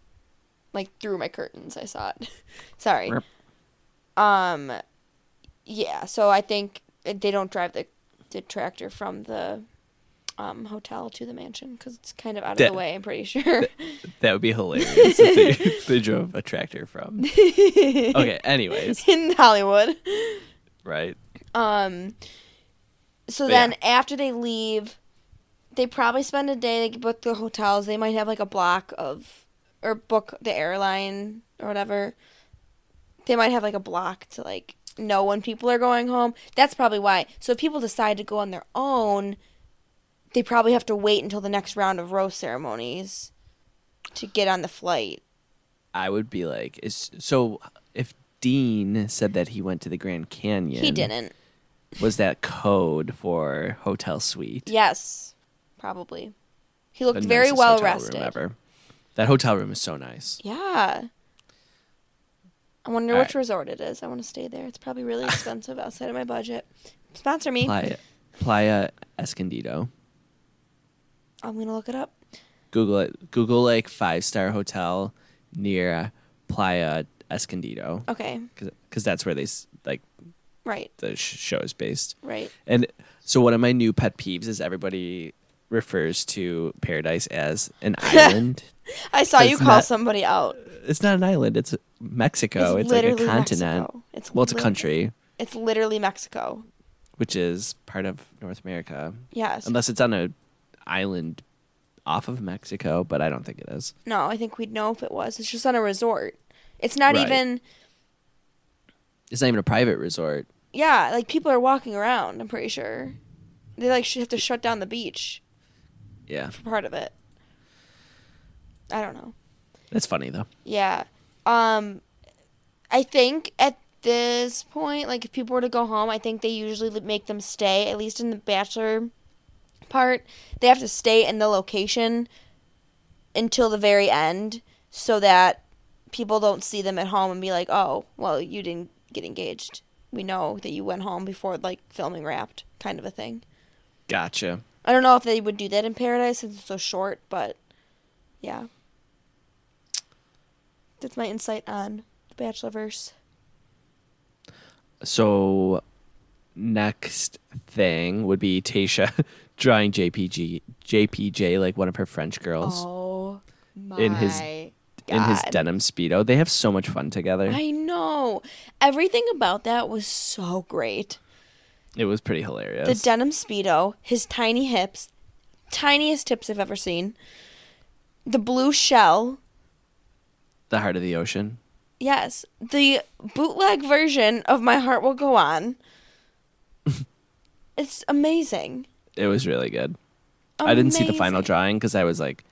<laughs> like through my curtains. I saw it. <laughs> Sorry. Rip. Um, yeah. So I think they don't drive the the tractor from the um hotel to the mansion because it's kind of out of That- the way. I'm pretty sure. That would be hilarious if they, <laughs> they drove a tractor from. Okay. Anyways, <laughs> in Hollywood. right. Um, so But then yeah. after they leave, they probably spend a day. They book the hotels. They might have like a block of, or book the airline or whatever. They might have like a block to like know when people are going home. That's probably why. So if people decide to go on their own, they probably have to wait until the next round of rose ceremonies to get on the flight. I would be like, is so if Dean said that he went to the Grand Canyon, He didn't. Was that code for hotel suite? Yes, probably. He The looked very nicest well hotel room rested. ever. That hotel room is so nice. Yeah. I wonder All which right. resort it is. I want to stay there. It's probably <laughs> really expensive outside of my budget. Sponsor me. Playa, Playa Escondido. I'm gonna look it up. Google it. Google like five star hotel near Playa Escondido Okay. because that's where they s- like Right. the sh- show is based. Right. And so one of my new pet peeves is everybody refers to paradise as <laughs> an island. I saw you That's call not- somebody out. it's not an island. It's Mexico. It's, like a literally continent. Mexico. It's Well, it's a lit- country, It's literally Mexico. which is part of North America, Yes. unless it's on a island off of Mexico. But I don't think it is. no, I think we'd know if it was. It's just on a resort. It's not Right. even. It's not even a private resort. Yeah, like people are walking around. I'm pretty sure. They like should have to shut down the beach Yeah, for part of it. I don't know. that's funny though. Yeah. Um I think at this point, like if people were to go home, I think they usually li- make them stay at least in the bachelor part. They have to stay in the location until the very end so that people don't see them at home and be like, "Oh, well, you didn't get engaged. We know that you went home before like filming wrapped." Kind of a thing. Gotcha. I don't know if they would do that in Paradise since it's so short, but yeah. That's my insight on the Bachelorverse. So next thing would be Tasha <laughs> drawing JPG JPJ like one of her French girls Oh my In his- in his denim speedo. They have so much fun together. I know. Everything about that was so great. It was pretty hilarious. The denim speedo, his tiny hips, tiniest hips I've ever seen. The blue shell. the heart of the ocean. Yes, the bootleg version of My Heart Will Go <laughs> On. it's amazing. It was really good. I didn't see the final Amazing. drawing because I was like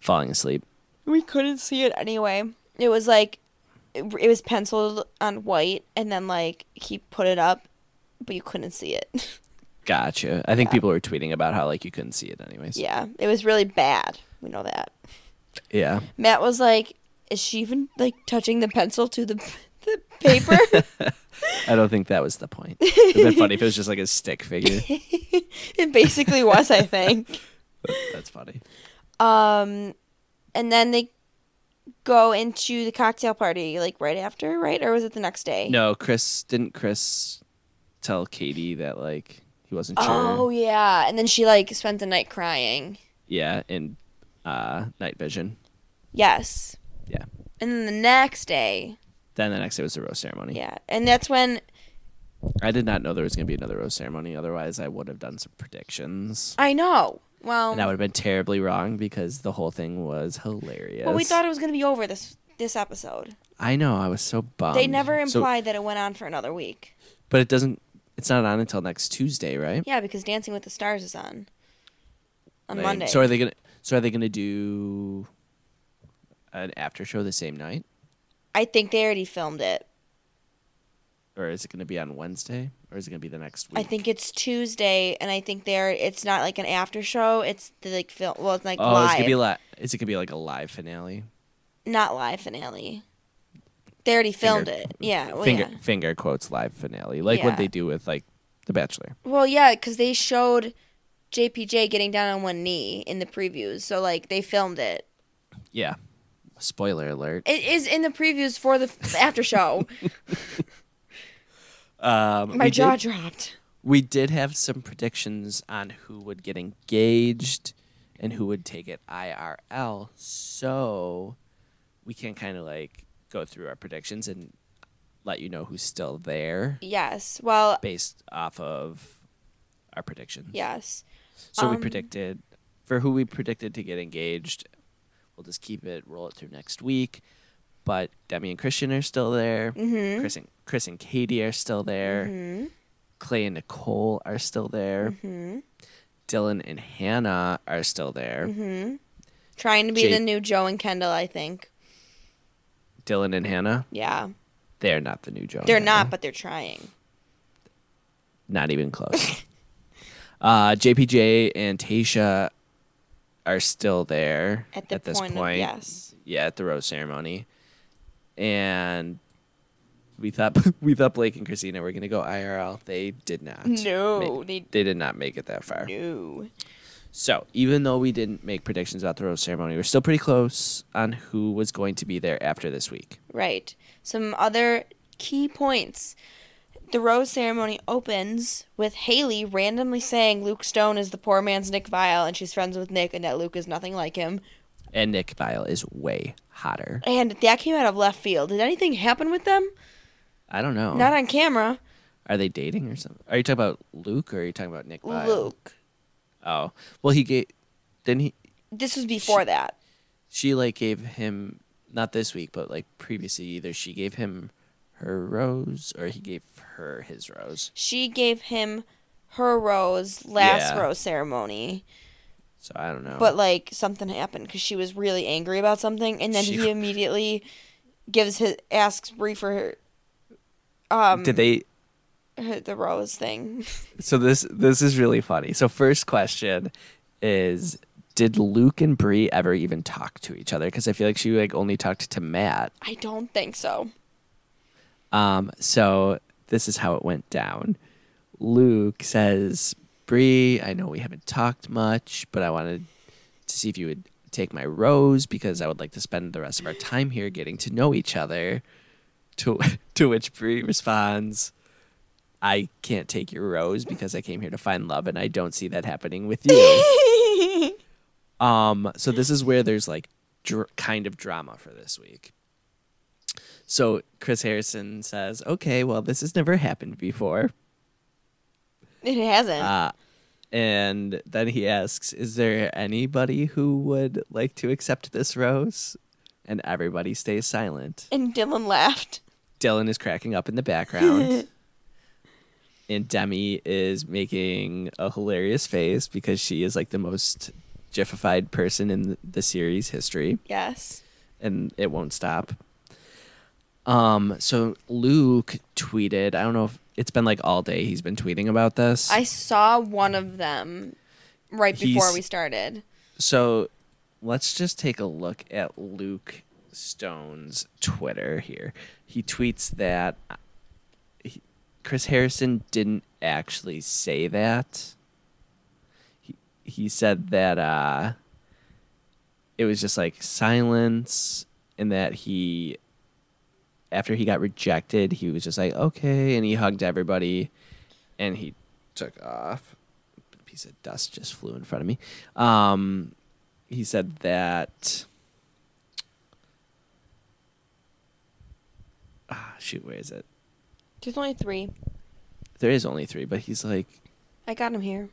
falling asleep. we couldn't see it anyway. It was like it, it was penciled on white, and then like he put it up, but you couldn't see it. <laughs> Gotcha. I think people were tweeting about how like you couldn't see it anyways. yeah, it was really bad. We know that. Yeah. Matt was like, "Is she even like touching the pencil to the <laughs> the <laughs> paper?" I don't think that was the point. It'd been funny if it was just like a stick figure. it basically was, I think. <laughs> That's funny. Um, and then they go into the cocktail party like right after, right? Or was it the next day? No, Chris didn't Chris tell Katie that like he wasn't sure. Oh yeah, and then she like spent the night crying. Yeah, in uh night vision. Yes. Yeah. And then the next day, Then the next day was the rose ceremony. yeah, and that's when I did not know there was gonna be another rose ceremony, otherwise I would have done some predictions. I know. Well, And I would have been terribly wrong because the whole thing was hilarious. well, we thought it was gonna be over this this episode. I know, I was so bummed. they never Um, So- implied that it went on for another week. but it doesn't it's not on until next Tuesday, right? Yeah, because Dancing with the Stars is on on Lame. Monday. So are they gonna so are they gonna do an after show the same night? I think they already filmed it. Or is it gonna be on Wednesday? Or is it gonna be the next week? I think it's Tuesday, and I think they're it's not like an after show. It's the, like film. Well, it's like Oh, it's live, gonna be li- is it gonna be like a live finale? not live finale. They already filmed Finger- it. Yeah. Well, finger yeah. finger quotes live finale, like Yeah. what they do with like The Bachelor. Well, yeah, because they showed JPJ getting down on one knee in the previews, so like they filmed it. Yeah. Spoiler alert. It is in the previews for the f- after <laughs> show. Um, My we jaw Did, dropped. we did have some predictions on who would get engaged and who would take it IRL, so we can kind of like go through our predictions and let you know who's still there Yes. Well, based off of our predictions. yes. So we Um, predicted for who we predicted to get engaged. We'll just keep it, roll it through next week. But Demi and Christian are still there. Mhm. Chris and Chris and Katie are still there. Mhm. Clay and Nicole are still there. Mhm. Dylan and Hannah are still there. Mhm. Trying to be Jake- the new Joe and Kendall, I think. Dylan and Hannah, Yeah. they're not the new Joe. and They're Hannah. not, but they're trying. <laughs> Not even close. uh, JPJ and Tasha are still there At the this point of- point. yes. Yeah, at the rose ceremony, and we thought <laughs> we thought Blake and Christina were gonna go IRL. They did not. No, make- they- they did not make it that far. No. So even though we didn't make predictions about the rose ceremony, we're still pretty close on who was going to be there after this week. Right. Some other key points. The rose ceremony opens with Haley randomly saying Luke Stone is the poor man's Nick Vile and she's friends with Nick and that Luke is nothing like him. And Nick Vile is way hotter. And that came out of left field. Did anything happen with them? I don't know. Not on camera. Are they dating or something? Are you talking about Luke or are you talking about Nick Vile? Luke. Oh, well, he gave. Then he This was before She- that. she like gave him not this week, but like previously either she gave him her rose or he gave her his rose. She gave him her rose last Yeah. Oh. rose ceremony. So I don't know. but like something happened because she was really angry about something, and then She- <laughs> he immediately gives his asks Bree for her, um did they? her- the rose thing. <laughs> So this this is really funny. So first question is. Did Luke and Bree ever even talk to each other? Because I feel like she like only talked to Matt. I don't think so. Um, so this is how it went down. Luke says, Bree, I know we haven't talked much, but I wanted to see if you would take my rose because I would like to spend the rest of our time here getting to know each other. To <laughs> to which Bree responds, I can't take your rose because I came here to find love and I don't see that happening with you. um, so this is where there's like dr- kind of drama for this week so Chris Harrison says, "Okay, well, this has never happened before." It hasn't. Uh, and then he asks, "Is there anybody who would like to accept this rose?" And everybody stays silent. and Dylan laughed. Dylan is cracking up in the background. and Demi is making a hilarious face because she is like the most gifified person in the series history Yes. and it won't stop. Um, so Luke tweeted, I don't know if it's been like all day he's been tweeting about this. I saw one of them right before He's- we started. so let's just take a look at Luke Stone's Twitter here. He tweets that uh, he- Chris Harrison didn't actually say that. He he said that uh it was just like silence and that he after he got rejected, he was just like, "Okay," and he hugged everybody and he took off piece of dust just flew in front of me. Um, he said that. Ah, shoot, where is it? There's only three. There is only three, but he's like, I got him here.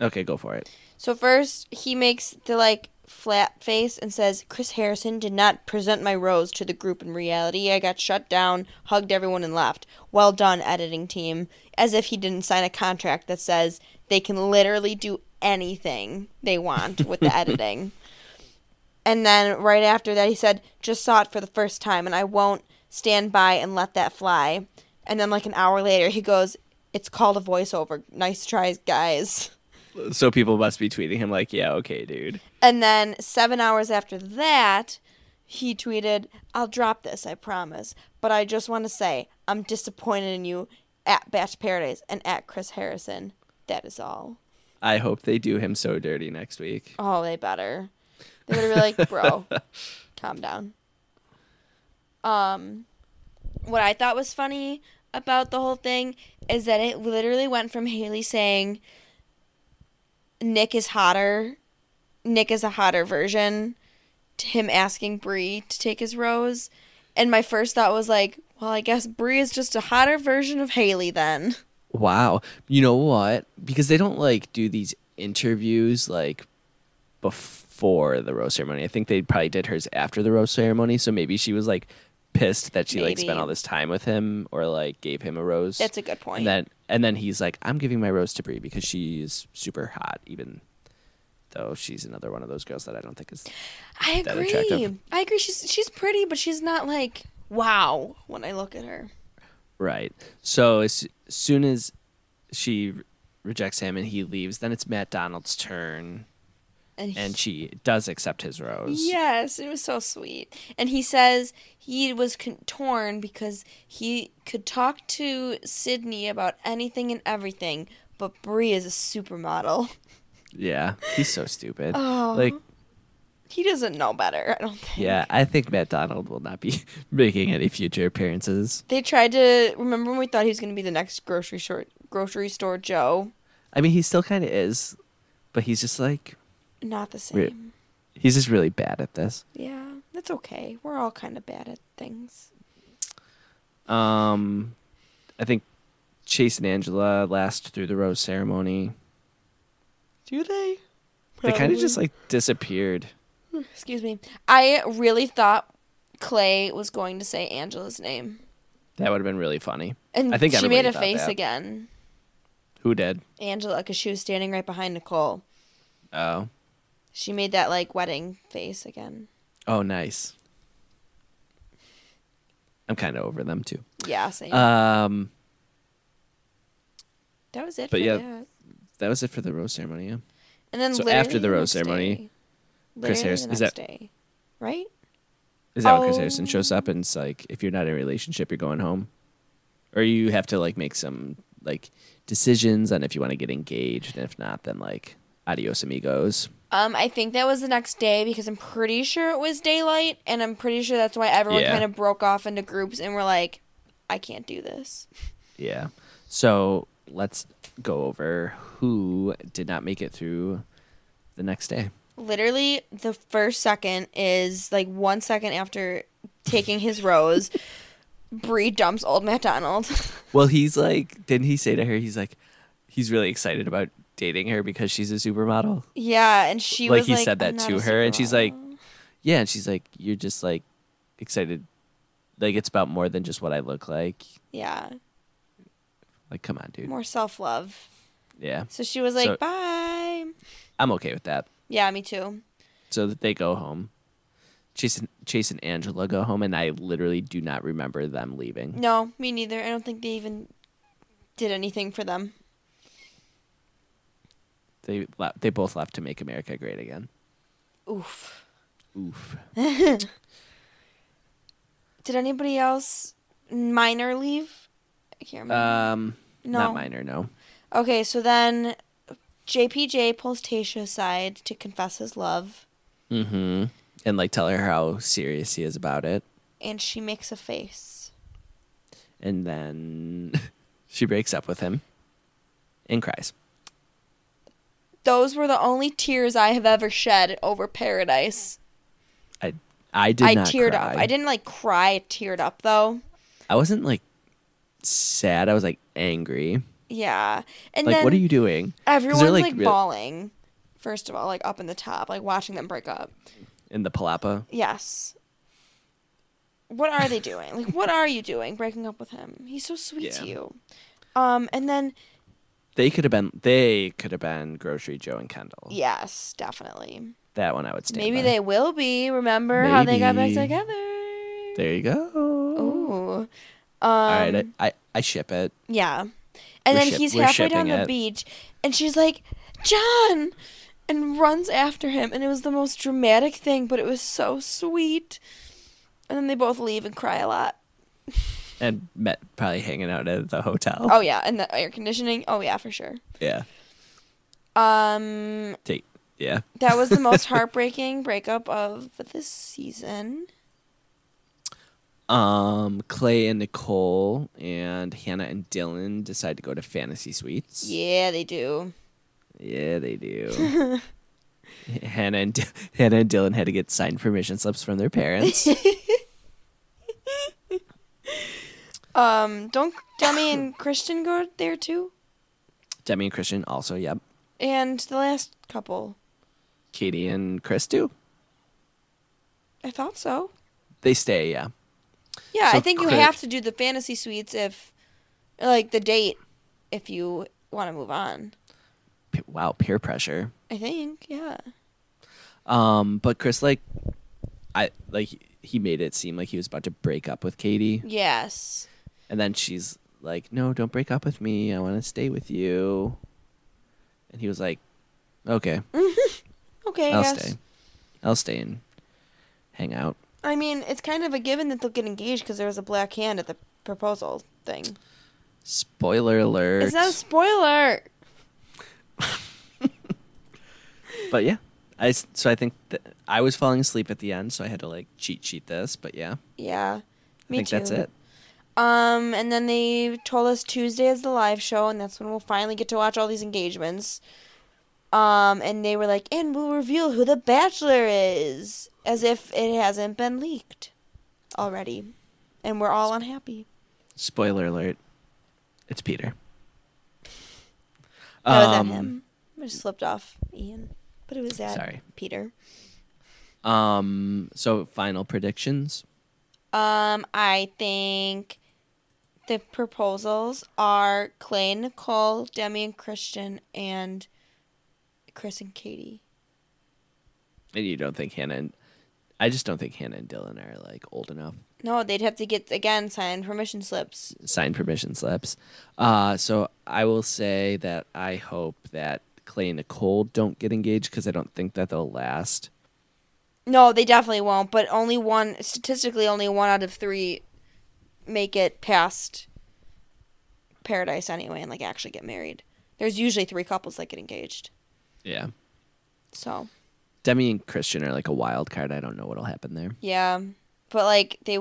okay, go for it. So first he makes the like flat face and says, "Chris Harrison did not present my rose to the group in reality. I got shut down, hugged everyone and left. Well done, editing team." As if he didn't sign a contract that says they can literally do anything they want with the editing. And then right after that, he said, just saw it for the first time, and I won't stand by and let that fly. And then, like an hour later, he goes, It's called a voiceover. Nice tries, guys. So people must be tweeting him, like, yeah, okay, dude. And then seven hours after that, he tweeted, I'll drop this, I promise. But I just want to say, I'm disappointed in you at Batch Paradise and at Chris Harrison. That is all. I hope they do him so dirty next week. Oh, they better. They would have been like, bro, calm down. Um, what I thought was funny about the whole thing is that it literally went from Haley saying, Nick is hotter, Nick is a hotter version, to him asking Bree to take his rose. And my first thought was like, well, I guess Bree is just a hotter version of Haley then. Wow. You know what? Because they don't like do these interviews like before the rose ceremony. I think they probably did hers after the rose ceremony, so maybe she was like pissed that she like spent Maybe. all this time with him or like gave him a rose. That's a good point. And then and then he's like, I'm giving my rose to Brie because she's super hot, even though she's another one of those girls that I don't think is I that agree. attractive. I agree. She's she's pretty, but she's not like wow when I look at her. Right. So as soon as she re- rejects him and he leaves, then it's Matt Donald's turn And, <laughs> and she does accept his rose. Yes, it was so sweet. And he says he was con- torn because he could talk to Sydney about anything and everything, but Brie is a supermodel. Yeah, he's so stupid. Oh. Like, He doesn't know better, I don't think. yeah, I think Matt Donald will not be <laughs> making any future appearances. They tried to remember when we thought he was going to be the next grocery store grocery store Joe. I mean, he still kind of is, but he's just like Not the Re- same. he's just really bad at this. Yeah, that's okay. We're all kind of bad at things. Um, I think Chase and Angela last through the rose ceremony. Do they? They kind of just like disappeared. Excuse me. I really thought Clay was going to say Angela's name. That would have been really funny. And I think she made everybody a thought face that. again. Who did? Angela, because she was standing right behind Nicole. Oh, She made that like wedding face again. oh, nice. I'm kind of over them too. Yeah, same. Um, that was it. but for yeah, that. that was it for the rose ceremony. Yeah. And then so literally after the rose next ceremony, day. Chris Literally Harris- the is next that- day, right? Is that when Chris Harrison Oh. shows up and it's like, if you're not in a relationship, you're going home, or you have to like make some like decisions on if you want to get engaged, and if not, then like adios amigos. Um, I think that was the next day because I'm pretty sure it was daylight, and I'm pretty sure that's why everyone Yeah. kind of broke off into groups and were like, "I can't do this." Yeah. So let's go over who did not make it through the next day. Literally, the first second is like one second after taking his <laughs> rose, Bree dumps old MacDonald. Well, he's like, didn't he say to her, he's like, he's really excited about dating her because she's a supermodel. <laughs> yeah, and she Like, was he like, said that "I'm not to a her, and she's like, supermodel." Yeah, and she's like, you're just like excited, like it's about more than just what I look like. "Yeah, Like, come on, dude. more self love." Yeah, So she was like, So- "Bye." I'm okay with that. Yeah, me too. So that they go home. Chase and, Chase and Angela go home, and I literally do not remember them leaving. No, me neither. I don't think they even did anything for them. They le- they both left to make America great again. Oof. Oof. Did anybody else minor leave? I can't remember. Um, Mm. No. not minor. No. okay, so then JPJ pulls Tasha aside to confess his love, Mm-hmm. And like tell her how serious he is about it, and she makes a face. and then <laughs> she breaks up with him, and cries. Those were the only tears I have ever shed over Paradise. I I did I not. teared cry. up. I didn't like cry. I teared up though. I wasn't like sad. I was like angry. Yeah. And Like, then what are you doing? 'Cause they're, everyone's like, real- bawling. First of all, like up in the top, like watching them break up. in the palapa. Yes. What are they doing? Like, what are you doing breaking up with him? He's so sweet to Yeah. you. Um, and then They could have been. They could have been grocery Joe and Kendall. yes, definitely. That one I would stand. Maybe by. they will be. Remember how they got back Maybe. together? Um, There you go. Ooh. Um, All right. I, I I ship it. yeah. And We're then ship- he's we're halfway down shipping the it. beach, and she's like, "John," and runs after him, and it was the most dramatic thing, but it was so sweet. And then they both leave and cry a lot. And met probably hanging out at the hotel. Oh yeah, and the air conditioning. Oh yeah, for sure. Yeah. Um, Take. Yeah. That was the <laughs> most heartbreaking breakup of this season. Um, Clay and Nicole and Hannah and Dylan decide to go to Fantasy Suites. Yeah, they do. Yeah, they <laughs> do. Hannah and Dy- Hannah and Dylan had to get signed permission slips from their <laughs> parents. Um, don't Demi <laughs> and Christian go there too? Demi and Christian also. Yep. And the last couple. Katie and Chris do. I thought so. They stay. Yeah. Yeah, So I think you quick. have to do the fantasy suites if, like, the date if you want to move on. P- wow. Peer pressure. I think, yeah. Um, but Chris, like, I like he made it seem like he was about to break up with Katie, Yes. and then she's like, "No, don't break up with me. I want to stay with you." And he was like, "Okay." Okay, I I'll guess. stay. I'll stay and hang out. I mean, it's kind of a given that they'll get engaged because there was a black hand at the proposal thing. Spoiler alert. It's not a spoiler. but yeah, I s- so I think that I was falling asleep at the end, so I had to like cheat sheet this. But yeah, Yeah. I Me think too. that's it. Um, and then they told us Tuesday is the live show, and that's when we'll finally get to watch all these engagements. Um, and they were like, and we'll reveal who the bachelor is, as if it hasn't been leaked already, and we're all unhappy. Spoiler alert. It's Peter. That was Um, at him. I just slipped off Ian, but it was at Sorry. Peter. Um. So final predictions. Um, I think the proposals are Clay, Nicole, Demi, and Christian, and Chris and Katie. And you don't think Hannah and I just don't think Hannah and Dylan are like old enough. No, they'd have to get again signed permission slips. Sign permission slips. Uh. So I will say that I hope that Clay and Nicole don't get engaged because I don't think that they'll last. No, they definitely won't. But only one, statistically, only one out of three make it past paradise anyway, and like actually get married. There's usually three couples that get engaged. Yeah. So Demi and Christian are like a wild card. I don't know what'll happen there. yeah, but like they,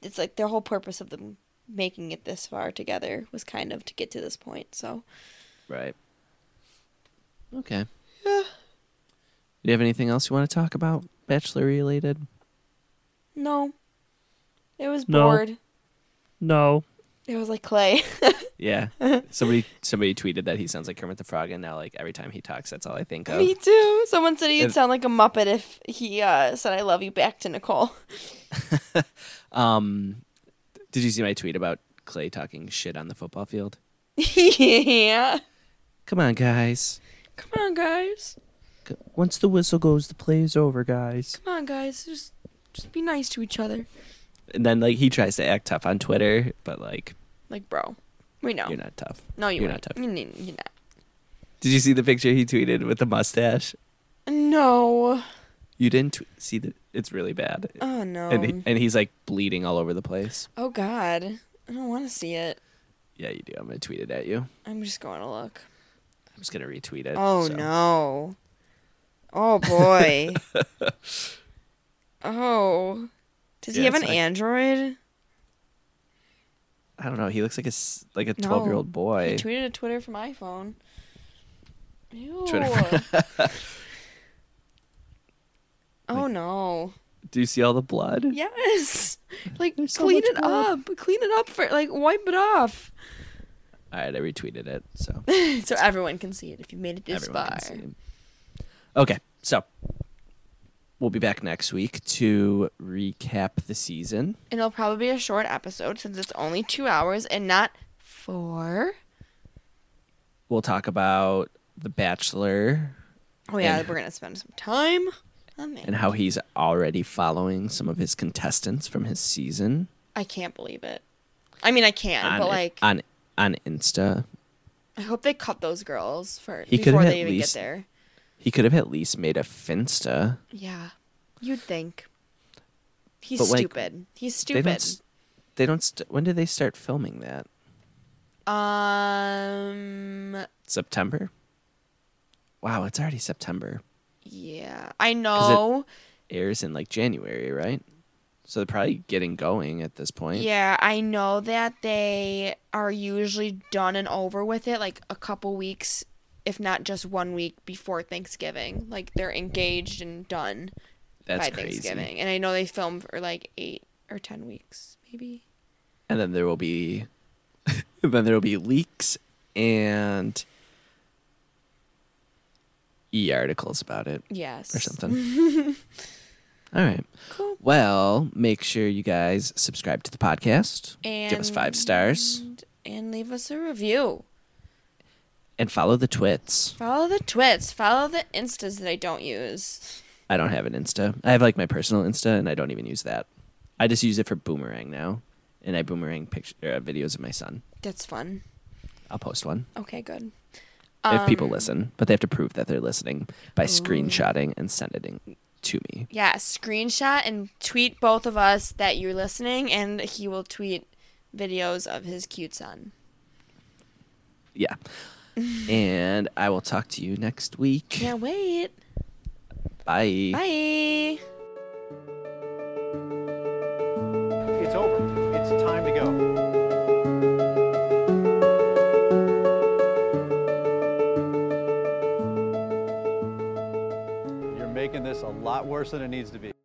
it's like their whole purpose of them making it this far together was kind of to get to this point. So Right. Okay. Yeah. Do you have anything else you want to talk about, bachelor related? no, it was No. bored. No. It was like Clay. <laughs> Yeah. somebody somebody tweeted that he sounds like Kermit the Frog, and now like every time he talks, that's all I think of. Me too. Someone said he'd If- sound like a Muppet if he uh, said "I love you" back to Nicole. <laughs> <laughs> Um, did you see my tweet about Clay talking shit on the football field? yeah. Come on, guys. Come on, guys. C- Once the whistle goes, the play is over, guys. Come on, guys. Just, just be nice to each other. And then like he tries to act tough on Twitter, but like Like, bro, we know. you're not tough. no, you you're ain't. not tough. You ain't- You're not. Did you see the picture he tweeted with the mustache? No. You didn't tw- see the. It's really bad. Oh no. And he, and he's like bleeding all over the place. oh God. I don't want to see it. Yeah, you do. I'm gonna tweet it at you. I'm just going to look. I'm just gonna retweet it. Oh so. no. Oh <laughs> boy. oh. Does he Yeah, have an it's like- Android? I don't know. He looks like a s- like a No. 12 year old He boy. tweeted a Twitter from iPhone. Ew. Twitter. <laughs> oh no. do you see all the blood? Yes. Like There's so clean much it up. Clean it up for like wipe it off. All right, I retweeted it. So so everyone can see it if you made it this everyone far. can see him. Okay, so we'll be back next week to recap the season. And it'll probably be a short episode since it's only two hours and not four. We'll talk about the Bachelor Oh yeah, And- we're gonna spend some time on that. and how he's already following some of his contestants from his season. I can't believe it. I mean I can, on, but I- like on on Insta. I hope they cut those girls for He could before have they at even least- get there. He could have at least made a Finsta. Yeah, you'd think. He's But, like, stupid. He's They don't. stupid. s- They don't. St- when did they start filming that? Um. September. Wow, it's already September. Yeah, I know. Airs in like January, right? So they're probably getting going at this point. Yeah, I know that they are usually done and over with it like a couple weeks, if not just one week before Thanksgiving. Like they're engaged and done That's by crazy. Thanksgiving. And I know they film for like eight or ten weeks, maybe. And then there will be, <laughs> then there will be leaks and e articles about it. Yes. or something. <laughs> All right. Cool. Well, make sure you guys subscribe to the podcast. give us five stars And- And leave us a review. and follow the twits. Follow the twits. Follow the instas that I don't use. I don't have an Insta. I have like my personal Insta, and I don't even use that. I just use it for boomerang now, and I boomerang picture uh, videos of my son. That's fun. I'll post one. Okay, good. Um, if people listen, but they have to prove that they're listening by screenshotting and sending it to me. Yeah, screenshot and tweet both of us that you're listening, and he will tweet videos of his cute son. Yeah. and I will talk to you next week. Can't wait. Bye. Bye. It's over. It's time to go. You're making this a lot worse than it needs to be.